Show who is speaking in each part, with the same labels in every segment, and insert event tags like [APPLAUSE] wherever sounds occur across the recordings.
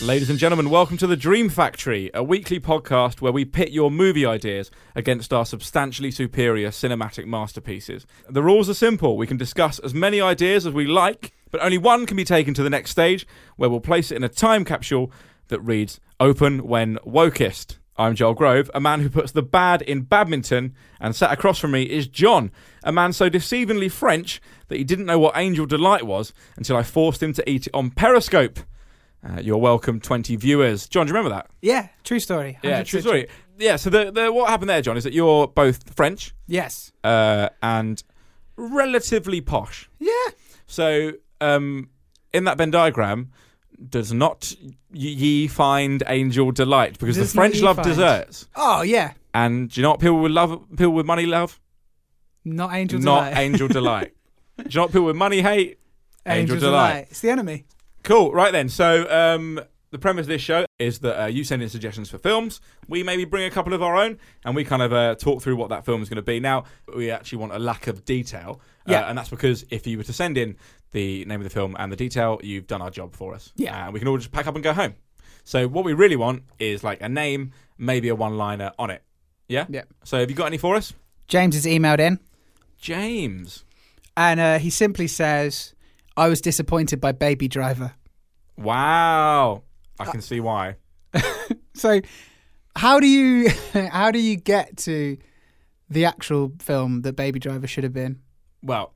Speaker 1: Ladies and gentlemen, welcome to The Dream Factory, a weekly podcast where we pit your movie ideas against our substantially superior cinematic masterpieces. The rules are simple we can discuss as many ideas as we like, but only one can be taken to the next stage, where we'll place it in a time capsule that reads Open When Wokest. I'm Joel Grove, a man who puts the bad in badminton, and sat across from me is John, a man so deceivingly French that he didn't know what Angel Delight was until I forced him to eat it on Periscope. Uh, you're welcome, 20 viewers. John, do you remember that?
Speaker 2: Yeah, true story.
Speaker 1: Yeah, true
Speaker 2: 100%.
Speaker 1: story. Yeah, so the, the, what happened there, John, is that you're both French
Speaker 2: Yes.
Speaker 1: uh, and relatively posh.
Speaker 2: Yeah.
Speaker 1: So um, in that Venn diagram, does not y- ye find angel delight because
Speaker 2: Does
Speaker 1: the
Speaker 2: not
Speaker 1: French
Speaker 2: ye
Speaker 1: love
Speaker 2: find-
Speaker 1: desserts.
Speaker 2: Oh yeah.
Speaker 1: And do you know what people with love? People with money love?
Speaker 2: Not angel
Speaker 1: not
Speaker 2: delight.
Speaker 1: angel
Speaker 2: [LAUGHS]
Speaker 1: delight. Do you know what people with money hate? Angel Delight.
Speaker 2: It's the enemy.
Speaker 1: Cool. Right then. So um, the premise of this show is that uh, you send in suggestions for films. We maybe bring a couple of our own, and we kind of uh, talk through what that film is going to be. Now we actually want a lack of detail, uh,
Speaker 2: Yeah.
Speaker 1: and that's because if you were to send in the name of the film and the detail, you've done our job for us.
Speaker 2: Yeah.
Speaker 1: and we can all just pack up and go home. So what we really want is like a name, maybe a one-liner on it. Yeah.
Speaker 2: Yeah.
Speaker 1: So have you got any for us,
Speaker 2: James is emailed in,
Speaker 1: James?
Speaker 2: and uh, he simply says, "I was disappointed by Baby Driver."
Speaker 1: Wow.
Speaker 2: Uh,
Speaker 1: I can see why.
Speaker 2: So, how do you [LAUGHS] how do you get to the actual film that Baby Driver should have been?
Speaker 1: Well,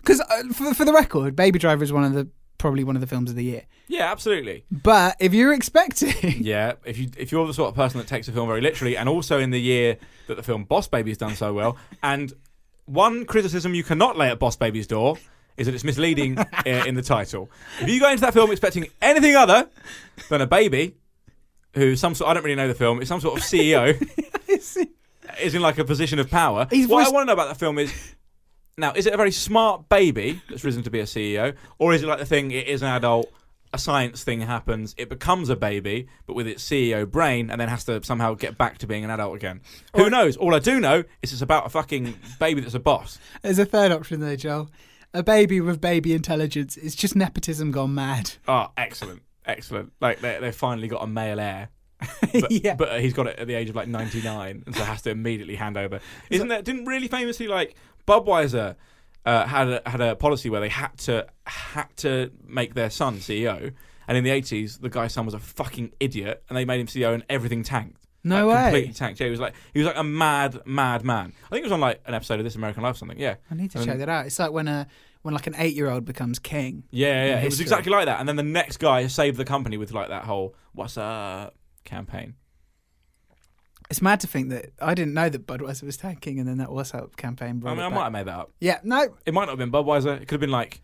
Speaker 2: Because uh, for, for the record, Baby Driver is one of the probably one of the films of the year.
Speaker 1: yeah, absolutely.
Speaker 2: But if you're expecting, [LAUGHS]
Speaker 1: Yeah, if you if you're the sort of person that takes a film very literally, and also in the year that the film Boss Baby's done so well, and one criticism you cannot lay at Boss Baby's door is that it's misleading uh, in the title. If you go into that film expecting anything other than a baby, who some sort I don't really know the film, is some sort of
Speaker 2: [LAUGHS]
Speaker 1: CEO, is in like a position of power.
Speaker 2: He's
Speaker 1: what I
Speaker 2: voiced-
Speaker 1: want to know about that film is. Now, is it a very smart baby that's risen to be a CEO, or is it like the thing? It is an adult. A science thing happens. It becomes a baby, but with its CEO brain, and then has to somehow get back to being an adult again. Who knows? All I do know is it's about a fucking baby that's a boss.
Speaker 2: there's a third option there, Joel. A baby with baby intelligence. It's just nepotism gone mad.
Speaker 1: Ah, excellent, excellent. Like they they finally got a male
Speaker 2: [LAUGHS]
Speaker 1: heir, but,
Speaker 2: yeah.
Speaker 1: but uh, he's got it at the age of like ninety nine, and so has to immediately hand over. Isn't that didn't really famously like Budweiser uh, had a, had a policy where they had to had to make their son CEO, and in the eighties the guy's son was a fucking idiot, and they made him CEO, and everything tanked.
Speaker 2: No
Speaker 1: Like,
Speaker 2: way.
Speaker 1: Completely tanked. Yeah, he was like he was like a mad mad man. I think it was on like an episode of This American Life or something. Yeah.
Speaker 2: I need to
Speaker 1: Um,
Speaker 2: check that out. It's like when a when like an eight year old becomes king.
Speaker 1: Yeah, yeah,
Speaker 2: in
Speaker 1: it was
Speaker 2: history.
Speaker 1: exactly like that. And then the next guy saved the company with like that whole "What's up" campaign.
Speaker 2: It's mad to think that I didn't know that Budweiser was tanking, and then that WhatsApp campaign.
Speaker 1: I
Speaker 2: brought
Speaker 1: mean,
Speaker 2: it
Speaker 1: I
Speaker 2: back.
Speaker 1: might have made that up.
Speaker 2: Yeah, no.
Speaker 1: It might not have been Budweiser. It could have been like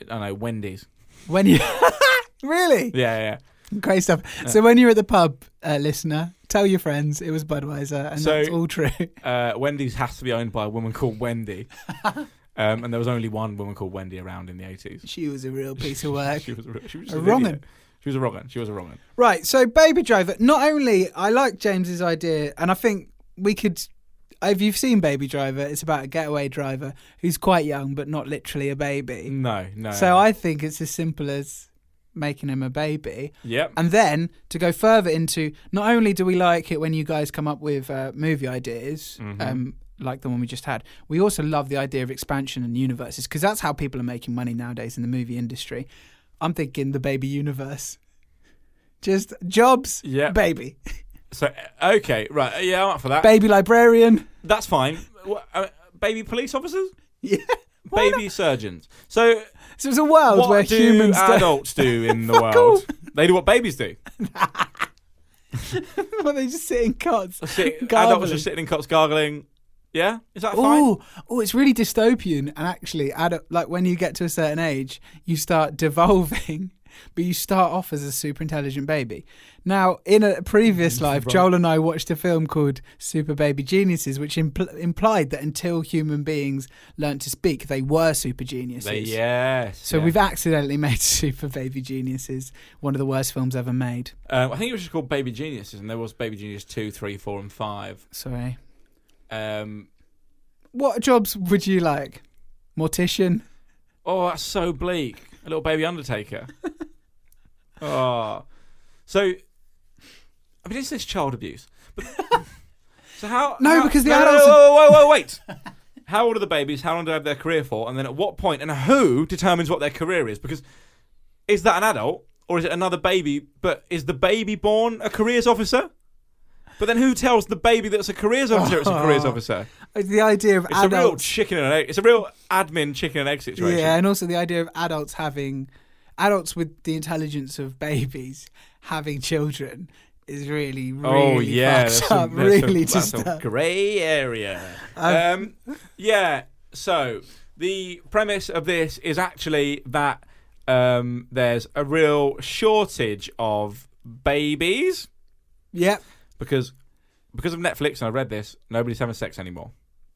Speaker 1: I don't know Wendy's.
Speaker 2: When you [LAUGHS] really
Speaker 1: Yeah, yeah.
Speaker 2: great stuff. So when you're at the pub, uh, listener, tell your friends it was Budweiser, and
Speaker 1: So-
Speaker 2: that's all true. [LAUGHS]
Speaker 1: yeah. Uh, Wendy's has to be owned by a woman called Wendy, um, and there was only one woman called Wendy around in the eighties.
Speaker 2: she was a real piece of work.
Speaker 1: [LAUGHS] She was a, she was
Speaker 2: A
Speaker 1: just an
Speaker 2: wrong'un.
Speaker 1: idiot. She was a wrong She was a wrong
Speaker 2: Right, so Baby Driver. Not only I like James's idea, and I think we could. If you've seen Baby Driver, it's about a getaway driver who's quite young but not literally a baby.
Speaker 1: No, no.
Speaker 2: So I think it's as simple as making him a baby.
Speaker 1: Yep.
Speaker 2: And then to go further into, not only do we like it when you guys come up with uh, movie ideas,
Speaker 1: Mm-hmm.
Speaker 2: um, like the one we just had, we also love the idea of expansion and universes because that's how people are making money nowadays in the movie industry. I'm thinking the baby universe. Just jobs,
Speaker 1: Yeah.
Speaker 2: baby.
Speaker 1: So uh, okay, right, yeah, I'm up for that.
Speaker 2: Baby librarian. [LAUGHS]
Speaker 1: That's fine. What, uh, baby police officers,
Speaker 2: Yeah.
Speaker 1: baby surgeons. So
Speaker 2: So it's a world
Speaker 1: what
Speaker 2: where
Speaker 1: do
Speaker 2: humans [LAUGHS]
Speaker 1: adults do in the world?
Speaker 2: all.
Speaker 1: They do what babies do.
Speaker 2: do. Well, they just sit in cots. [LAUGHS]
Speaker 1: Sit, adults
Speaker 2: gargling.
Speaker 1: are sitting in cots gargling. Yeah, is that fine?
Speaker 2: Oh, oh, it's really dystopian. And actually, ad- like when you get to a certain age, you start [LAUGHS] devolving, but you start off as a super intelligent baby. Now, in a
Speaker 1: Mm,
Speaker 2: previous life, Joel and I watched a film called Super Baby Geniuses, which impl- implied that until human beings learnt to speak, they were super geniuses.
Speaker 1: They, yes.
Speaker 2: So
Speaker 1: yeah.
Speaker 2: we've accidentally [LAUGHS] made Super Baby Geniuses one of the worst films ever made.
Speaker 1: Um, I think it was just called Baby Geniuses, and there was Baby Genius two, three, four, and five.
Speaker 2: Sorry.
Speaker 1: Um,
Speaker 2: What jobs would you like? Mortician?
Speaker 1: oh, that's so bleak. A little baby Undertaker. oh, so I mean, is this child abuse? But, so how?
Speaker 2: No,
Speaker 1: how-
Speaker 2: because the
Speaker 1: no, no,
Speaker 2: adults
Speaker 1: No,
Speaker 2: are-
Speaker 1: whoa, whoa, whoa,
Speaker 2: [LAUGHS]
Speaker 1: wait. How old are the babies? How long do they have their career for? And then at what point and who determines what their career is? Because is that an adult or is it another baby? But is the baby born a careers officer? But then who tells the baby that's a careers officer it's a careers officer?
Speaker 2: Uh, The idea of
Speaker 1: It's
Speaker 2: Oh. adults.
Speaker 1: a real chicken and egg. It's a real admin chicken and egg situation.
Speaker 2: Yeah, and also the idea of adults having adults with the intelligence of babies having children is really, really
Speaker 1: oh yeah,
Speaker 2: fucked
Speaker 1: that's a-
Speaker 2: up,
Speaker 1: that's a-
Speaker 2: [LAUGHS] really uh,
Speaker 1: that's a [LAUGHS]
Speaker 2: disturbed.
Speaker 1: grey area. Um, yeah. So the premise of this is actually that um, there's a real shortage of babies
Speaker 2: Yep.
Speaker 1: because because of Netflix. And I read this. Nobody's having sex anymore.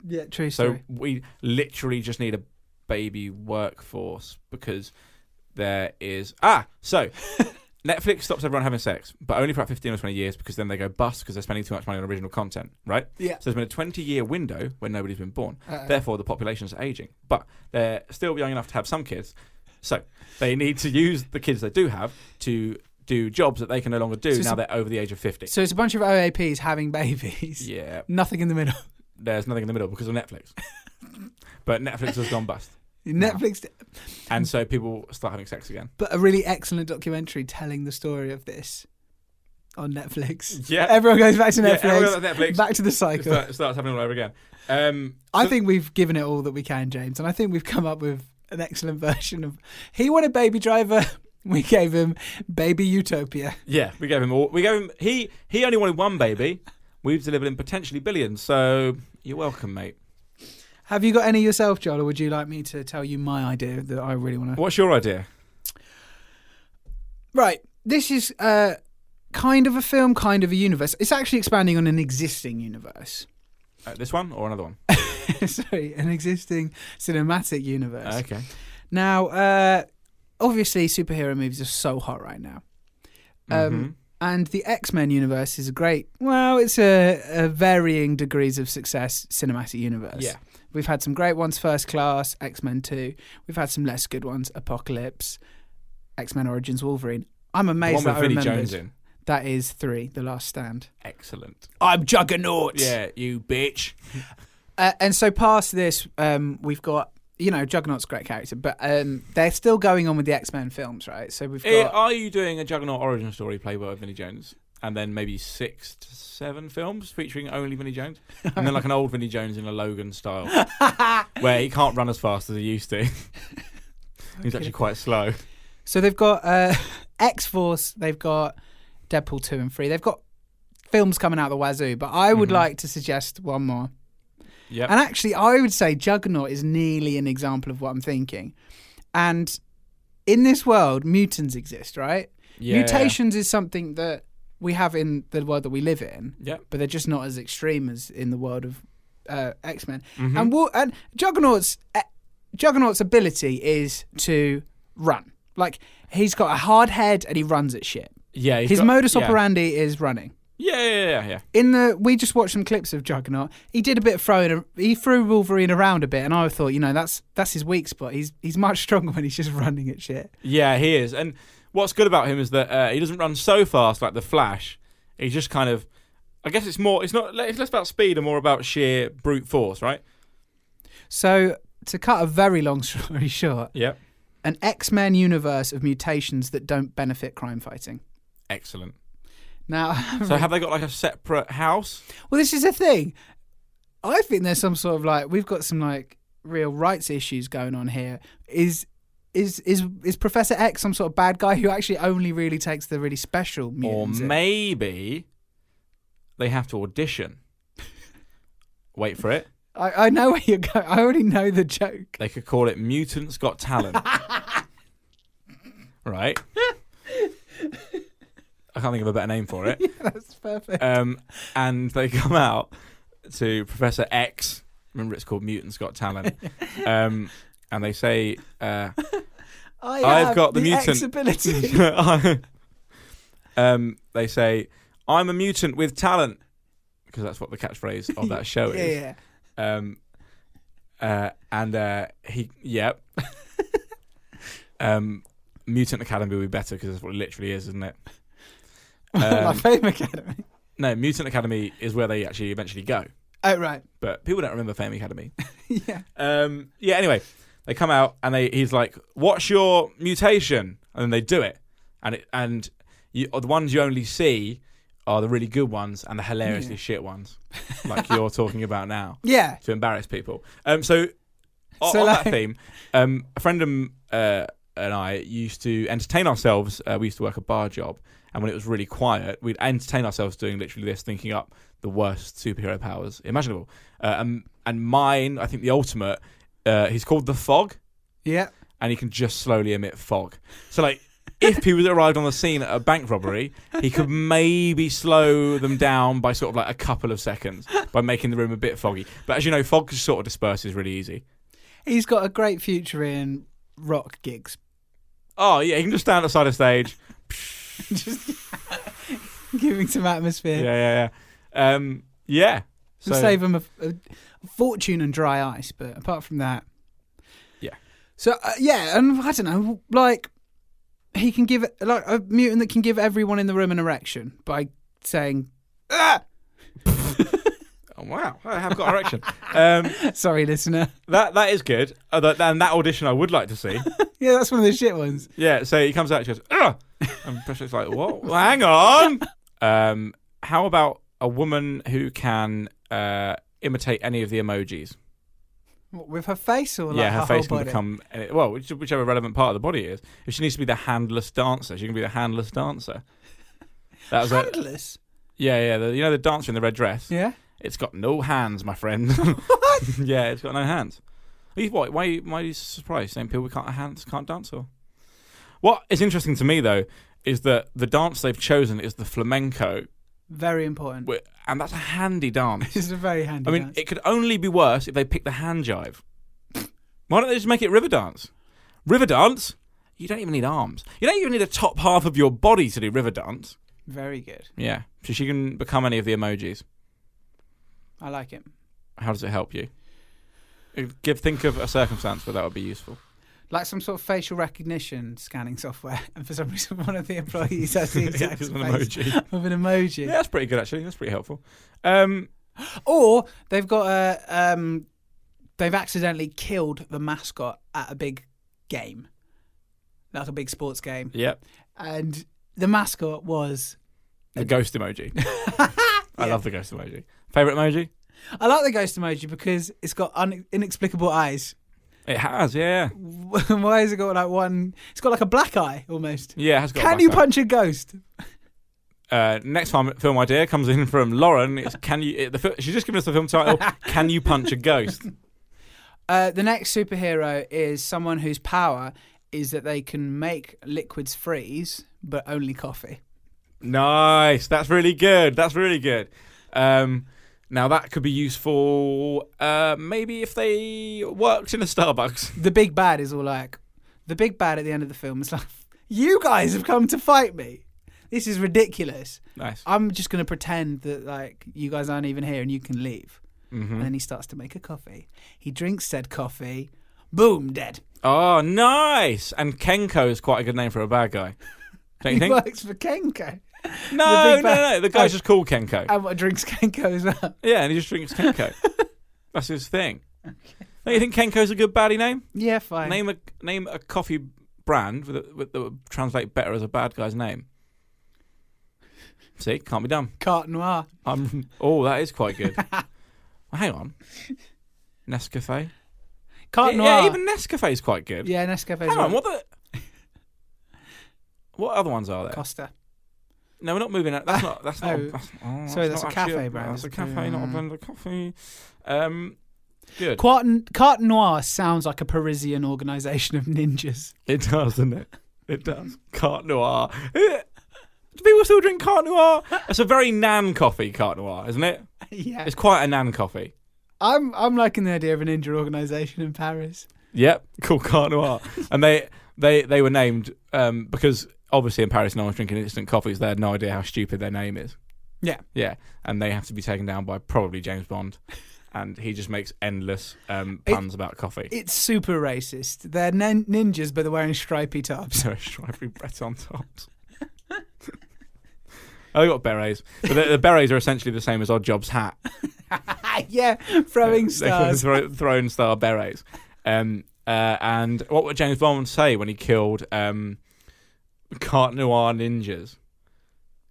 Speaker 2: Yeah, true
Speaker 1: So
Speaker 2: story.
Speaker 1: we literally just need a baby workforce because there is ah so [LAUGHS] Netflix stops everyone having sex, but only for about fifteen or twenty years because then they go bust because they're spending too much money on original content, right?
Speaker 2: Yeah.
Speaker 1: So there's been a twenty-year window when nobody's been born.
Speaker 2: Uh-oh.
Speaker 1: Therefore, the population's aging, but they're still young enough to have some kids. So they need to use the kids they do have to do jobs that they can no longer do
Speaker 2: So it's
Speaker 1: now
Speaker 2: a-
Speaker 1: they're over the age of fifty.
Speaker 2: So it's a bunch of OAPs having babies.
Speaker 1: yeah.
Speaker 2: Nothing in the middle. [LAUGHS]
Speaker 1: There's nothing in the middle because of Netflix. [LAUGHS] but Netflix has gone bust.
Speaker 2: Netflix,
Speaker 1: And so people start having sex again.
Speaker 2: but a really excellent documentary telling the story of this on Netflix.
Speaker 1: Yeah.
Speaker 2: Everyone goes back to
Speaker 1: Yeah,
Speaker 2: Netflix.
Speaker 1: everyone goes to Netflix.
Speaker 2: Back to the
Speaker 1: It
Speaker 2: cycle.
Speaker 1: start, starts happening all over again. Um,
Speaker 2: I
Speaker 1: so-
Speaker 2: think we've given it all that we can, James, and I think we've come up with an excellent [LAUGHS] version of. He wanted Baby Driver. [LAUGHS] We gave him Baby Utopia.
Speaker 1: Yeah, we gave him all. We gave him. He he only wanted one baby. We've delivered him potentially billions. So you're welcome, mate.
Speaker 2: Have you got any yourself, Joel, or would you like me to tell you my idea that I really want to?
Speaker 1: What's your idea?
Speaker 2: Right. This is uh, kind of a film, kind of a universe. It's actually expanding on an existing universe.
Speaker 1: Uh, this one or another one?
Speaker 2: [LAUGHS] Sorry, an existing cinematic universe.
Speaker 1: okay.
Speaker 2: Now, uh, obviously, superhero movies are so hot right now.
Speaker 1: Mm-hmm.
Speaker 2: Um, And the X Men universe is a great, well, it's a, a varying degrees of success cinematic universe.
Speaker 1: Yeah.
Speaker 2: We've had some great ones First Class, X Men 2. We've had some less good ones Apocalypse, X Men Origins Wolverine. I'm
Speaker 1: The
Speaker 2: amazed
Speaker 1: one with
Speaker 2: that I
Speaker 1: Vinnie
Speaker 2: remembered.
Speaker 1: Jones in.
Speaker 2: That is three, The Last Stand.
Speaker 1: Excellent.
Speaker 2: I'm Juggernaut.
Speaker 1: Yeah, you bitch.
Speaker 2: Uh, and so past this, um, we've got you know Juggernaut's a great character, but um, they're still going on with the X Men films, right? So we've got
Speaker 1: Eh, Are you doing a Juggernaut origin story playboy of Vinnie Jones? And then maybe six to seven films featuring only Vinnie
Speaker 2: [LAUGHS]
Speaker 1: Jones, and then like an old Vinnie Jones in a Logan style, where he can't run as fast as he used
Speaker 2: [LAUGHS]
Speaker 1: to. He's actually quite slow.
Speaker 2: so they've got uh, [LAUGHS] X Force, they've got Deadpool two and three, they've got films coming out of the wazoo. But I would like to suggest one more,
Speaker 1: Yep.
Speaker 2: and actually I would say Juggernaut is nearly an example of what I'm thinking. And in this world, mutants exist, right?
Speaker 1: Yeah.
Speaker 2: Mutations is something that we have in the world that we live in.
Speaker 1: Yep.
Speaker 2: but they're just not as extreme as in the world of uh, X Men.
Speaker 1: Mm-hmm.
Speaker 2: And Wa- and Juggernaut's uh, Juggernaut's ability is to run. Like he's got a hard head and he runs at shit.
Speaker 1: Yeah. he's
Speaker 2: His
Speaker 1: got-
Speaker 2: modus
Speaker 1: yeah.
Speaker 2: operandi is running.
Speaker 1: Yeah, yeah, yeah, yeah.
Speaker 2: In the we just watched some clips of Juggernaut. He did a bit of throwing. a- He threw Wolverine around a bit, and I thought, you know, that's that's his weak spot. He's he's much [LAUGHS] stronger when he's just running at shit.
Speaker 1: Yeah, he is. And what's good about him is that uh, he doesn't run so fast like the Flash. He's just kind of. I guess it's more. It's not. It's less about speed and more about sheer brute force, right?
Speaker 2: So to cut a very long [LAUGHS] story short,
Speaker 1: Yep.
Speaker 2: an X Men universe of mutations that don't benefit crime fighting.
Speaker 1: Excellent.
Speaker 2: Now, [LAUGHS]
Speaker 1: So have they got like a separate house?
Speaker 2: well, this is the thing. I think there's some sort of like we've got some like real rights issues going on here. Is is is is Professor X some sort of bad guy who actually only really takes the really special
Speaker 1: Or
Speaker 2: mutants? in?
Speaker 1: maybe they have to audition. Wait for it.
Speaker 2: I, I know where you're going. I already know the joke. [LAUGHS]
Speaker 1: They could call it Mutants Got Talent. right? I can't think of a better name for it.
Speaker 2: That's perfect.
Speaker 1: Um, and they come out to Professor X. Remember, it's called Mutants Got Talent. Um, and they say, uh, [LAUGHS]
Speaker 2: I
Speaker 1: I've
Speaker 2: have
Speaker 1: got the mutant. [LAUGHS]
Speaker 2: X ability.
Speaker 1: um, they say, I'm a mutant with talent. Because that's what the catchphrase of that show
Speaker 2: [LAUGHS] yeah,
Speaker 1: is.
Speaker 2: yeah.
Speaker 1: Um, uh, and uh, he, yep. um, Mutant Academy would be better because that's what it literally is, isn't it?
Speaker 2: [LAUGHS] My
Speaker 1: Um,
Speaker 2: favourite academy.
Speaker 1: no, Mutant Academy is where they actually eventually go,
Speaker 2: Oh right.
Speaker 1: but people don't remember Fame Academy.
Speaker 2: yeah.
Speaker 1: Um, yeah. Anyway, they come out and they he's like, "What's your mutation?" And then they do it, and it and you uh, the ones you only see are the really good ones and the hilariously
Speaker 2: Yeah.
Speaker 1: shit ones, like you're talking about now
Speaker 2: Yeah.
Speaker 1: to embarrass people. Um, so, o-
Speaker 2: So,
Speaker 1: on that
Speaker 2: like-
Speaker 1: theme, um, a friend and, uh, and I used to entertain ourselves. Uh, we used to work a bar job, and when it was really quiet, we'd entertain ourselves doing literally this, thinking up the worst superhero powers imaginable. Uh, and, and mine, I think the ultimate, uh, he's called the Fog,
Speaker 2: Yeah.
Speaker 1: and he can just slowly emit fog. So, like. If he was arrived on the scene at a bank robbery, he could maybe slow them down by sort of like a couple of seconds by making the room a bit foggy. But as you know, fog sort of disperses really easy.
Speaker 2: He's got a great future in rock gigs. [LAUGHS]
Speaker 1: Oh yeah, he can just stand outside a stage.
Speaker 2: Just giving some
Speaker 1: Yeah,
Speaker 2: atmosphere.
Speaker 1: yeah, yeah. Um, yeah.
Speaker 2: We'll save him a, a fortune and dry ice, but apart from that,
Speaker 1: Yeah.
Speaker 2: So uh, yeah, and I don't know, like he can give like a mutant that can give everyone in the room an erection by saying, [LAUGHS] ah!
Speaker 1: oh, wow, I have got erection. um,
Speaker 2: "Sorry, listener." [LAUGHS]
Speaker 1: that that is good. Uh, that, and that audition I would like to see.
Speaker 2: Yeah, that's one of the shit ones.
Speaker 1: Yeah. So he comes out, and she goes, Ugh! and Patrick's like, what? Well, hang on. Um, how about a woman who can uh, imitate any of the emojis?
Speaker 2: What, with her face or like
Speaker 1: yeah, her, face can
Speaker 2: whole body?
Speaker 1: become any- well, which, whichever relevant part of the body it is. If she needs to be the handless dancer, she can be the handless dancer. That was a,
Speaker 2: handless.
Speaker 1: yeah, yeah. The, you know the dancer in the red dress.
Speaker 2: Yeah.
Speaker 1: It's got no hands, my friend. [LAUGHS] yeah, it's got no hands. Are you- Why? Why? Why are you surprised? Saying people with can't hands can't dance or? What is interesting to me though is that the dance they've chosen is the flamenco,
Speaker 2: Very important. [LAUGHS]
Speaker 1: wh- and that's a handy dance.
Speaker 2: This is a very handy.
Speaker 1: I mean,
Speaker 2: dance.
Speaker 1: it could only be worse if they picked the hand jive. Why don't they just make it river dance? River dance? You don't even need arms. You don't even need a top half of your body to do river dance.
Speaker 2: very good.
Speaker 1: Yeah. So she can become any of the emojis.
Speaker 2: I like it.
Speaker 1: How does it help you? Give think of a circumstance where that would be useful.
Speaker 2: Like some sort of facial recognition scanning software, [LAUGHS] and for some reason, one of the employees
Speaker 1: [LAUGHS]
Speaker 2: has the exact
Speaker 1: It's
Speaker 2: face
Speaker 1: an emoji.
Speaker 2: [LAUGHS] of an emoji.
Speaker 1: Yeah, that's pretty good actually. That's pretty helpful. Um,
Speaker 2: Or they've got a um, they've accidentally killed the mascot at a big game, like a big sports game,
Speaker 1: yep.
Speaker 2: and the mascot was.
Speaker 1: The ghost
Speaker 2: [LAUGHS]
Speaker 1: emoji. I love the ghost emoji. Favorite emoji?
Speaker 2: I like the ghost emoji because it's got un- inexplicable eyes.
Speaker 1: It has. Yeah.
Speaker 2: [LAUGHS] Why has it got like one? It's got like a black eye almost.
Speaker 1: Yeah. It has got. a
Speaker 2: Can
Speaker 1: black
Speaker 2: you
Speaker 1: eye.
Speaker 2: punch a ghost?
Speaker 1: Uh, next film, film idea comes in from Lauren.
Speaker 2: [LAUGHS]
Speaker 1: It's can you? It, the, fi- she's just given us the film title. can you punch a ghost?
Speaker 2: [LAUGHS] Uh, the next superhero is someone whose power is that they can make liquids freeze, but only coffee.
Speaker 1: Nice. That's really good. That's really good. Um, now that could be useful. Uh, maybe if they worked in a Starbucks. [LAUGHS]
Speaker 2: The big bad is all like, the big bad at the end of the film is like, [LAUGHS] you guys have come to fight me. This is ridiculous.
Speaker 1: Nice.
Speaker 2: I'm just going to pretend that like you guys aren't even here and you can leave.
Speaker 1: Mm-hmm.
Speaker 2: And then he starts to make a coffee. He drinks said coffee. Boom, dead.
Speaker 1: Oh, nice. And Kenko is quite a good name for a bad guy. Don't
Speaker 2: [LAUGHS]
Speaker 1: you
Speaker 2: He
Speaker 1: think?
Speaker 2: works for Kenko.
Speaker 1: no, no,
Speaker 2: big bad- Uh,
Speaker 1: no. The guy's just called Kenko.
Speaker 2: And what drinks [LAUGHS] Kenko as well.
Speaker 1: yeah, and he just drinks Kenko.
Speaker 2: [LAUGHS]
Speaker 1: That's his thing. Don't you think Kenko's a good baddie name?
Speaker 2: Yeah, fine.
Speaker 1: Name a name a coffee brand with a, with, that would translate better as a bad guy's name. See, can't be done.
Speaker 2: Carte Noire.
Speaker 1: I'm, oh, that is quite
Speaker 2: [LAUGHS]
Speaker 1: good. Well, hang on. Nescafe?
Speaker 2: Carte
Speaker 1: yeah,
Speaker 2: Noire.
Speaker 1: yeah, even Nescafe is quite good.
Speaker 2: Yeah, Nescafe's
Speaker 1: hang on,
Speaker 2: right.
Speaker 1: what the.
Speaker 2: [LAUGHS]
Speaker 1: What other ones are there?
Speaker 2: Costa.
Speaker 1: No, we're not moving out. That's not. That's not.
Speaker 2: Oh.
Speaker 1: a, that's, oh,
Speaker 2: Sorry, that's
Speaker 1: not
Speaker 2: a
Speaker 1: actually
Speaker 2: cafe brand,
Speaker 1: That's a
Speaker 2: isn't it?
Speaker 1: cafe, not a
Speaker 2: Mm.
Speaker 1: blend of coffee. Um, good.
Speaker 2: Carte, Carte Noire sounds like a Parisian organisation of ninjas.
Speaker 1: It does, doesn't it? It does. Carte Noire. Eh, [LAUGHS] Do people still drink Carte Noire? It's a very nan coffee, Carte Noire, isn't it?
Speaker 2: [LAUGHS] yeah.
Speaker 1: It's quite a nan coffee.
Speaker 2: I'm I'm liking the idea of a ninja organisation in Paris.
Speaker 1: Yep, cool Carte Noire. and they they they were named um, because obviously in Paris no one's drinking instant coffees. They had no idea how stupid their name is.
Speaker 2: Yeah.
Speaker 1: Yeah, and they have to be taken down by probably James Bond, and he just makes endless um,
Speaker 2: It-
Speaker 1: puns about coffee.
Speaker 2: It's super racist. They're nin- ninjas, but they're wearing stripy tops. [LAUGHS]
Speaker 1: So [LAUGHS] it's stripy Breton tops. [LAUGHS] oh, they got berets, but the, the berets are essentially the same as Odd Job's hat.
Speaker 2: yeah, throwing
Speaker 1: [LAUGHS] They call them
Speaker 2: stars.
Speaker 1: thro- thrown star berets. Um, uh, and what would James Bond say when he killed um, Carte Noir ninjas?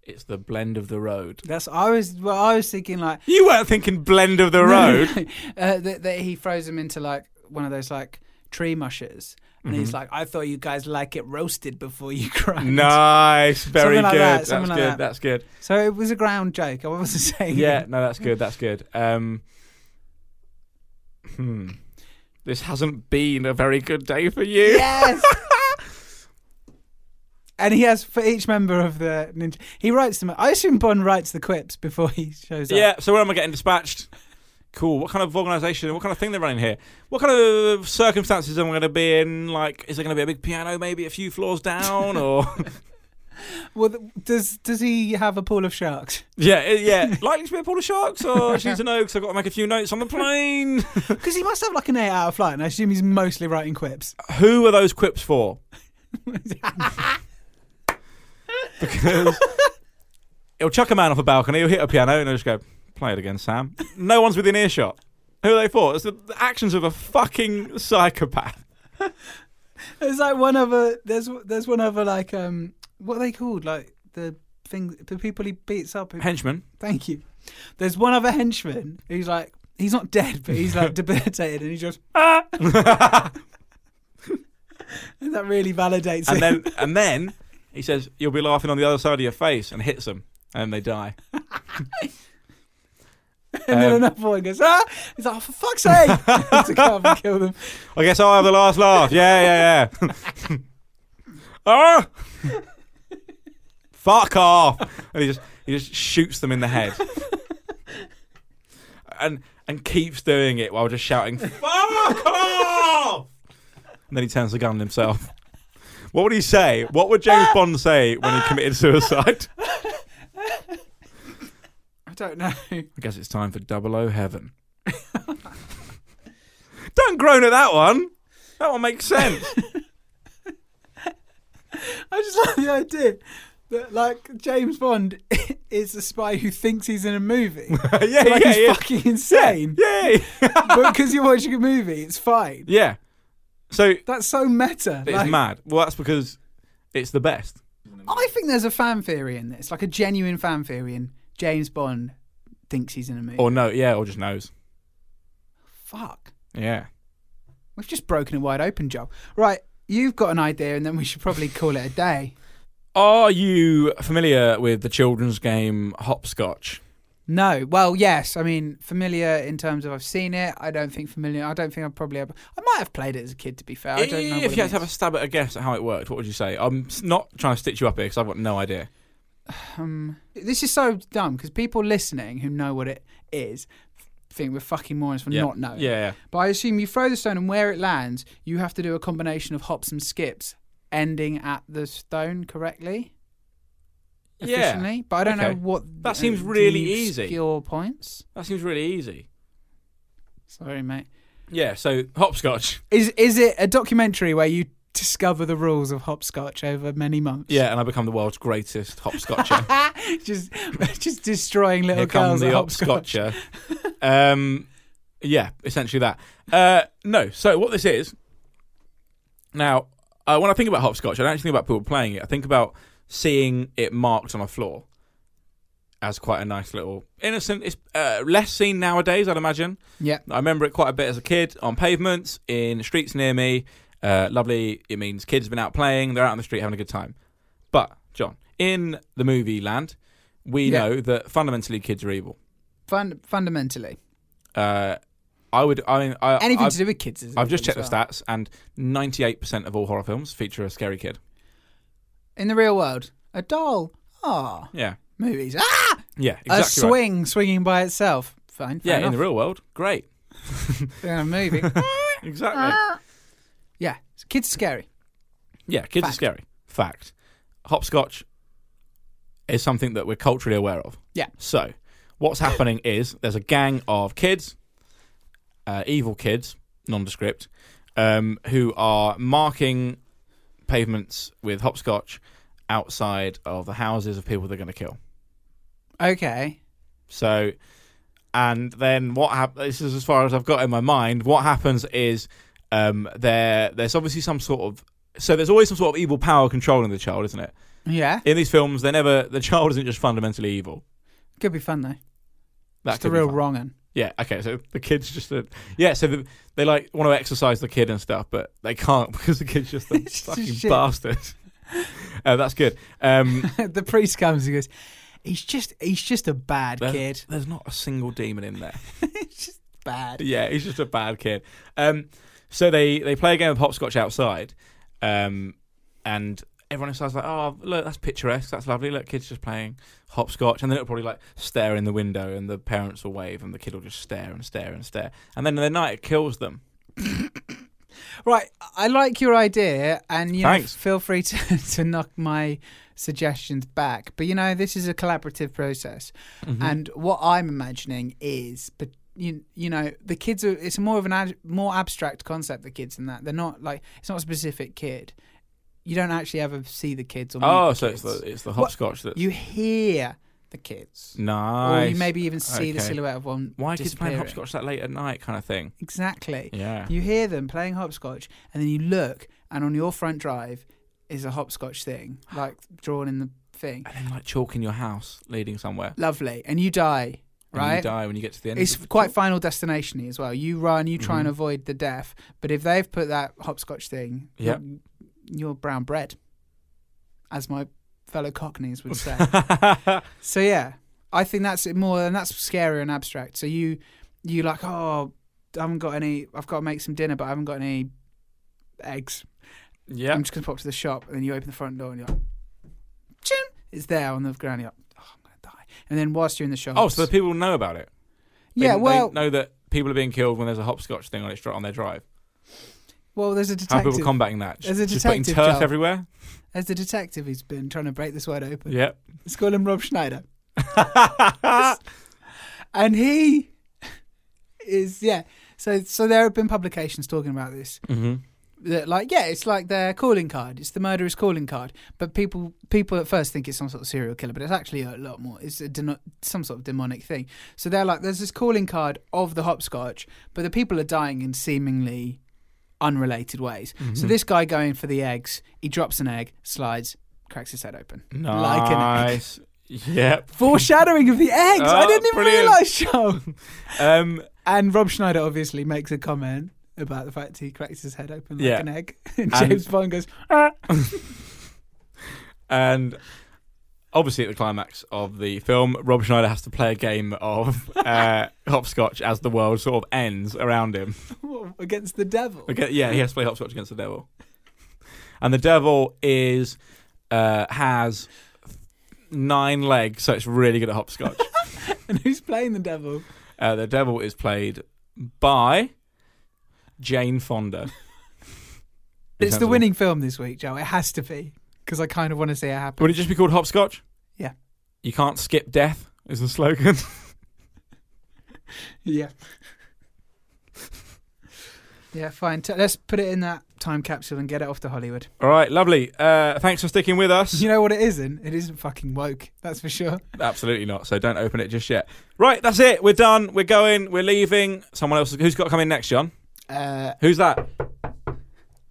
Speaker 1: It's the blend of the road.
Speaker 2: That's I was well, I was thinking like
Speaker 1: You weren't thinking blend of the road.
Speaker 2: uh, that, that he throws them into like one of those like tree mushers, and he's
Speaker 1: Mm-hmm.
Speaker 2: like, "I thought you guys like it roasted before you [LAUGHS]
Speaker 1: [LAUGHS]
Speaker 2: cried."
Speaker 1: nice, very
Speaker 2: Something like
Speaker 1: good.
Speaker 2: that,
Speaker 1: that's
Speaker 2: something like
Speaker 1: good.
Speaker 2: that.
Speaker 1: That's good.
Speaker 2: So it was a ground joke. I wasn't [LAUGHS] saying.
Speaker 1: [LAUGHS] Yeah, no, that's good. That's good. Um, hmm. This hasn't been a very good day for you.
Speaker 2: Yes. [LAUGHS] and he has for each member of the ninja. He writes them. I assume Bond writes the quips before he shows up.
Speaker 1: Yeah, so where am I getting dispatched? Cool. What kind of organisation, what kind of thing they're running here? What kind of circumstances am I going to be in? Like, is there going to be a big piano maybe a few floors down? Or.
Speaker 2: Well, th- does does he have a pool of sharks?
Speaker 1: [LAUGHS]
Speaker 2: [LAUGHS]
Speaker 1: yeah, eh, [LAUGHS] yeah. Likely to be a pool of sharks? [LAUGHS] Or I just need to know because I've got to make a few notes on the plane.
Speaker 2: Because he must have like an eight-hour flight, and I assume he's mostly writing quips.
Speaker 1: Who are those quips
Speaker 2: [LAUGHS]
Speaker 1: for? because he'll chuck a man off a balcony, he'll hit a piano, and he'll just go, play it again, Sam. No one's within earshot. Who are they for? It's the, the actions of a fucking psychopath.
Speaker 2: There's like one other. There's there's one other like um. What are they called? Like the thing. The people he beats up. who-
Speaker 1: Henchman.
Speaker 2: Thank you. There's one other henchman who's like he's not dead, but he's
Speaker 1: [LAUGHS]
Speaker 2: like debilitated, and he just [LAUGHS] ah. and that really validates
Speaker 1: And
Speaker 2: it.
Speaker 1: then, and then he says, you'll be laughing on the other side of your face, and hits them, and they die.
Speaker 2: [LAUGHS] and then
Speaker 1: um,
Speaker 2: another one goes ah. He's like oh, for fuck's sake! [LAUGHS] to go up and kill them.
Speaker 1: I guess I'll have the last laugh. Yeah, yeah, [LAUGHS] yeah. ah! Fuck off! And he just he just shoots them in the head, and and keeps doing it while just shouting "Fuck off!" And then he turns the gun on himself. What would he say? What would James Bond say when he committed suicide? [LAUGHS]
Speaker 2: I don't know.
Speaker 1: I guess it's time for Double O [LAUGHS] Heaven. Don't groan at that one. That one makes sense.
Speaker 2: I just like the idea that like James Bond [LAUGHS] is a spy who thinks he's in
Speaker 1: [LAUGHS]
Speaker 2: a movie.
Speaker 1: [LAUGHS] yeah,
Speaker 2: like
Speaker 1: yeah,
Speaker 2: he's
Speaker 1: yeah.
Speaker 2: fucking insane.
Speaker 1: Yay! [LAUGHS]
Speaker 2: but because you're watching a movie, it's fine.
Speaker 1: yeah. So it's
Speaker 2: That's so meta. Like,
Speaker 1: mad. Well, that's because it's the best.
Speaker 2: I think there's a fan theory in this, like a genuine fan theory in James Bond thinks he's in a movie.
Speaker 1: Or no, yeah, or just knows.
Speaker 2: Fuck.
Speaker 1: Yeah.
Speaker 2: We've just broken a wide open job. Right, you've got an idea and then we should probably call it a day.
Speaker 1: Are you familiar with the children's game Hopscotch?
Speaker 2: No, well, yes. I mean, familiar in terms of I've seen it. I don't think familiar. I don't think I've probably ever. I might have played it as a kid, to be fair. I don't know. what
Speaker 1: if
Speaker 2: it
Speaker 1: you had to have a
Speaker 2: is.
Speaker 1: stab at a guess at how it worked, what would you say? I'm s- not trying to stitch you up here because I've got no idea.
Speaker 2: Um, this is so dumb because people listening who know what it is think we're fucking morons for
Speaker 1: Yeah.
Speaker 2: not knowing.
Speaker 1: Yeah, yeah.
Speaker 2: But I assume you throw the stone and where it lands, you have to do a combination of hops and skips, ending at the stone correctly.
Speaker 1: Yeah.
Speaker 2: Efficiently. But I don't
Speaker 1: Okay.
Speaker 2: know what.
Speaker 1: That seems
Speaker 2: do
Speaker 1: really
Speaker 2: you
Speaker 1: easy.
Speaker 2: Skill points.
Speaker 1: That seems really easy.
Speaker 2: Sorry, mate.
Speaker 1: Yeah, so Hopscotch.
Speaker 2: Is is it a documentary where you discover the rules of hopscotch over many months?
Speaker 1: Yeah, and I become the world's greatest hopscotcher.
Speaker 2: [LAUGHS] just [LAUGHS] just destroying little
Speaker 1: Here
Speaker 2: girls
Speaker 1: comes the
Speaker 2: at hopscotch.
Speaker 1: hopscotcher. um, yeah, essentially that. Uh, no, so what this is now, uh, when I think about hopscotch, I don't actually think about people playing it. I think about seeing it marked on a floor. as quite a nice little innocent. It's uh, less seen nowadays, I'd imagine.
Speaker 2: [LAUGHS] Yeah.
Speaker 1: I remember it quite a bit as a kid on pavements, in streets near me. Uh, lovely. It means kids have been out playing, they're out on the street having a good time. But, John, in the movie land, we
Speaker 2: Yeah.
Speaker 1: know that fundamentally kids are evil.
Speaker 2: Fun- fundamentally,
Speaker 1: Uh, I would, I mean, I,
Speaker 2: anything
Speaker 1: I've,
Speaker 2: to do with kids. Is
Speaker 1: I've just checked
Speaker 2: the
Speaker 1: the stats, and 98% of all horror films feature a scary kid.
Speaker 2: In the real world, a doll. Ah,
Speaker 1: Yeah.
Speaker 2: movies. Ah,
Speaker 1: Yeah, exactly.
Speaker 2: a
Speaker 1: right.
Speaker 2: swing swinging by itself. Fine.
Speaker 1: Yeah,
Speaker 2: fair
Speaker 1: in the
Speaker 2: enough.
Speaker 1: real world, great.
Speaker 2: In a movie.
Speaker 1: [LAUGHS] Exactly.
Speaker 2: yeah, kids are scary.
Speaker 1: Yeah, kids are
Speaker 2: Fact.
Speaker 1: scary. Fact. Hopscotch is something that we're culturally aware of.
Speaker 2: Yeah.
Speaker 1: So, what's happening is there's a gang of kids, uh, evil kids, nondescript, um, who are marking pavements with hopscotch outside of the houses of people they're going to kill.
Speaker 2: Okay.
Speaker 1: So, and then what happens? This is as far as I've got in my mind. What happens is um, there. There's obviously some sort of so there's always some sort of evil power controlling the child, isn't it?
Speaker 2: Yeah,
Speaker 1: In these films, they never the child isn't just fundamentally evil.
Speaker 2: could be fun though.
Speaker 1: That's
Speaker 2: That's the real wrong one. [LAUGHS]
Speaker 1: Yeah. Okay. So the kid's just a yeah. So the, they like want to exercise the kid and stuff, but they can't [LAUGHS] because the kid's just a
Speaker 2: just
Speaker 1: fucking
Speaker 2: shit.
Speaker 1: bastard. [LAUGHS] Uh, that's good. Um,
Speaker 2: the priest comes and goes. He's just he's just a bad
Speaker 1: there's-
Speaker 2: kid.
Speaker 1: [LAUGHS] There's not a single demon in there. [LAUGHS]
Speaker 2: Bad.
Speaker 1: Yeah, he's just a bad kid. Um, so they they play a game of hopscotch outside, um, and everyone inside like, "Oh, look, that's picturesque. That's lovely. Look, kids just playing hopscotch." And then it'll probably like stare in the window, and the parents will wave, and the kid will just stare and stare and stare. And then in the night, it kills them.
Speaker 2: Right, I like your idea, and you know,
Speaker 1: Thanks.
Speaker 2: feel free to, [LAUGHS] to knock my suggestions back. But you know, this is a collaborative process,
Speaker 1: Mm-hmm.
Speaker 2: and what I'm imagining is, but you, you know, the kids are. It's more of an ad, more abstract concept. The kids in that they're not like it's not a specific kid. You don't actually ever see the kids or meet
Speaker 1: Oh,
Speaker 2: the
Speaker 1: so it's
Speaker 2: kids.
Speaker 1: the it's the hopscotch that
Speaker 2: you hear the kids,
Speaker 1: nice.
Speaker 2: or you maybe even see the
Speaker 1: Okay.
Speaker 2: silhouette of one.
Speaker 1: Why are kids playing
Speaker 2: disappearing.
Speaker 1: hopscotch that late at night, kind of thing?
Speaker 2: Exactly.
Speaker 1: Yeah.
Speaker 2: You hear them playing hopscotch, and then you look, and on your front drive is a hopscotch thing, like drawn in the thing.
Speaker 1: And then like chalk in your house leading somewhere.
Speaker 2: Lovely. And you die,
Speaker 1: And Mm-hmm.
Speaker 2: right?
Speaker 1: you die when you get to the end.
Speaker 2: It's
Speaker 1: of the
Speaker 2: quite final destination as well. You run, you try and avoid the death, but if they've put that hopscotch thing,
Speaker 1: Yeah.
Speaker 2: you're- you're brown bread, as my fellow Cockneys
Speaker 1: [LAUGHS]
Speaker 2: would say. so yeah, I think that's it more, and that's scarier and abstract. So you, you like, oh, I haven't got any. I've got to make some dinner, but I haven't got any eggs.
Speaker 1: [LAUGHS] yeah.
Speaker 2: I'm just gonna pop to the shop, and then you open the front door, and you're like, Chim! it's there on the ground. You're like, oh, I'm gonna die. And then whilst you're in the shop,
Speaker 1: Oh, so the people know about it. They-
Speaker 2: yeah, well,
Speaker 1: they know that people are being killed when there's a hopscotch thing on its on their drive.
Speaker 2: well, there's
Speaker 1: How
Speaker 2: a
Speaker 1: are
Speaker 2: detective.
Speaker 1: people combating that?
Speaker 2: There's a
Speaker 1: Just putting
Speaker 2: detective
Speaker 1: turf
Speaker 2: job.
Speaker 1: everywhere.
Speaker 2: there's a detective who's been trying to break this wide open.
Speaker 1: Yeah.
Speaker 2: Let's call him Rob Schneider,
Speaker 1: [LAUGHS]
Speaker 2: and he [LAUGHS] is yeah. So so there have been publications talking about this.
Speaker 1: hmm
Speaker 2: That like yeah, it's like their calling card. It's the murderer's calling card. But people people at first think it's some sort of serial killer, but it's actually a lot more. It's a deno- some sort of demonic thing. So they're like, there's this calling card of the hopscotch, but the people are dying in seemingly unrelated ways.
Speaker 1: Mm-hmm.
Speaker 2: So this guy going for the eggs, he drops an egg, slides, cracks his head open, like an egg.
Speaker 1: Nice. [LAUGHS] Yep.
Speaker 2: Foreshadowing of the eggs. I
Speaker 1: Ah,
Speaker 2: didn't even
Speaker 1: brilliant.
Speaker 2: realise, Sean.
Speaker 1: Um,
Speaker 2: And Rob Schneider obviously makes a comment about the fact he cracks his head open like
Speaker 1: Yeah.
Speaker 2: an egg. [LAUGHS] And
Speaker 1: And-
Speaker 2: James Bond goes, ah.
Speaker 1: and obviously, at the climax of the film, Rob Schneider has to play a game
Speaker 2: [LAUGHS]
Speaker 1: of uh, hopscotch as the world sort of ends around him.
Speaker 2: [LAUGHS] against the devil.
Speaker 1: Okay, yeah, he has to play hopscotch against the devil, and the devil is uh, has nine legs, so it's really good at hopscotch.
Speaker 2: And [LAUGHS] who's playing the devil?
Speaker 1: Uh, the devil is played by Jane
Speaker 2: [LAUGHS]
Speaker 1: Fonda. In
Speaker 2: It's
Speaker 1: terms
Speaker 2: the
Speaker 1: of-
Speaker 2: winning film this week, Joe. It has to be because I kind of want to see it happen.
Speaker 1: Would it just be called Hopscotch?
Speaker 2: Yeah.
Speaker 1: You can't skip death is the slogan. [LAUGHS]
Speaker 2: Yeah. [LAUGHS] yeah, fine. T- let's put it in that time capsule and get it off to Hollywood.
Speaker 1: All right, lovely. Uh, thanks for sticking with us.
Speaker 2: You know what it isn't? It isn't fucking woke. That's for sure.
Speaker 1: Absolutely not. So don't open it just yet. Right, that's it. We're done. We're going. We're leaving. Someone else. Who's got to come in next, John?
Speaker 2: Uh,
Speaker 1: Who's that?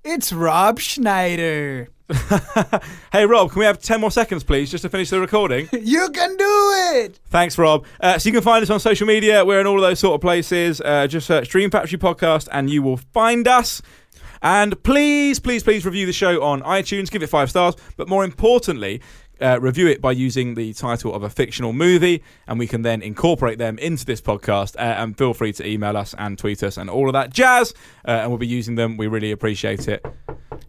Speaker 2: it's Rob Schneider.
Speaker 1: [LAUGHS]
Speaker 2: [LAUGHS]
Speaker 1: hey, Rob, can we have 10 more seconds, please, just to finish the recording?
Speaker 2: you can do it.
Speaker 1: Thanks, Rob. Uh, so you can find us on social media. We're in all of those sort of places. Uh, just search Dream Factory Podcast and you will find us. And please, please, please review the show on iTunes. Give it five stars. But more importantly, uh, review it by using the title of a fictional movie, and we can then incorporate them into this podcast. Uh, and feel free to email us and tweet us and all of that jazz. Uh, and we'll be using them. We really appreciate it.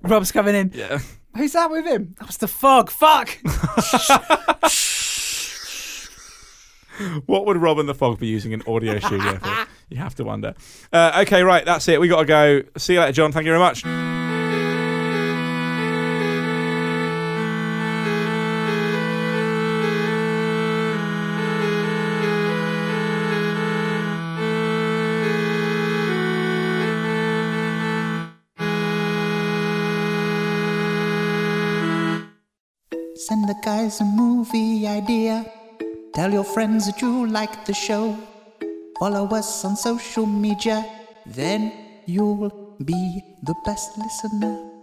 Speaker 2: Rob's coming in.
Speaker 1: Yeah.
Speaker 2: Who's that with him? That was the fog. Fuck.
Speaker 1: What would Robin the Fog be using an audio studio for? You have to wonder. Uh, okay, right, that's it. We got to go. See you later, John. Thank you very much.
Speaker 3: Send the guys a movie idea. Tell your friends that you like the show. Follow us on social media. Then you'll be the best listener.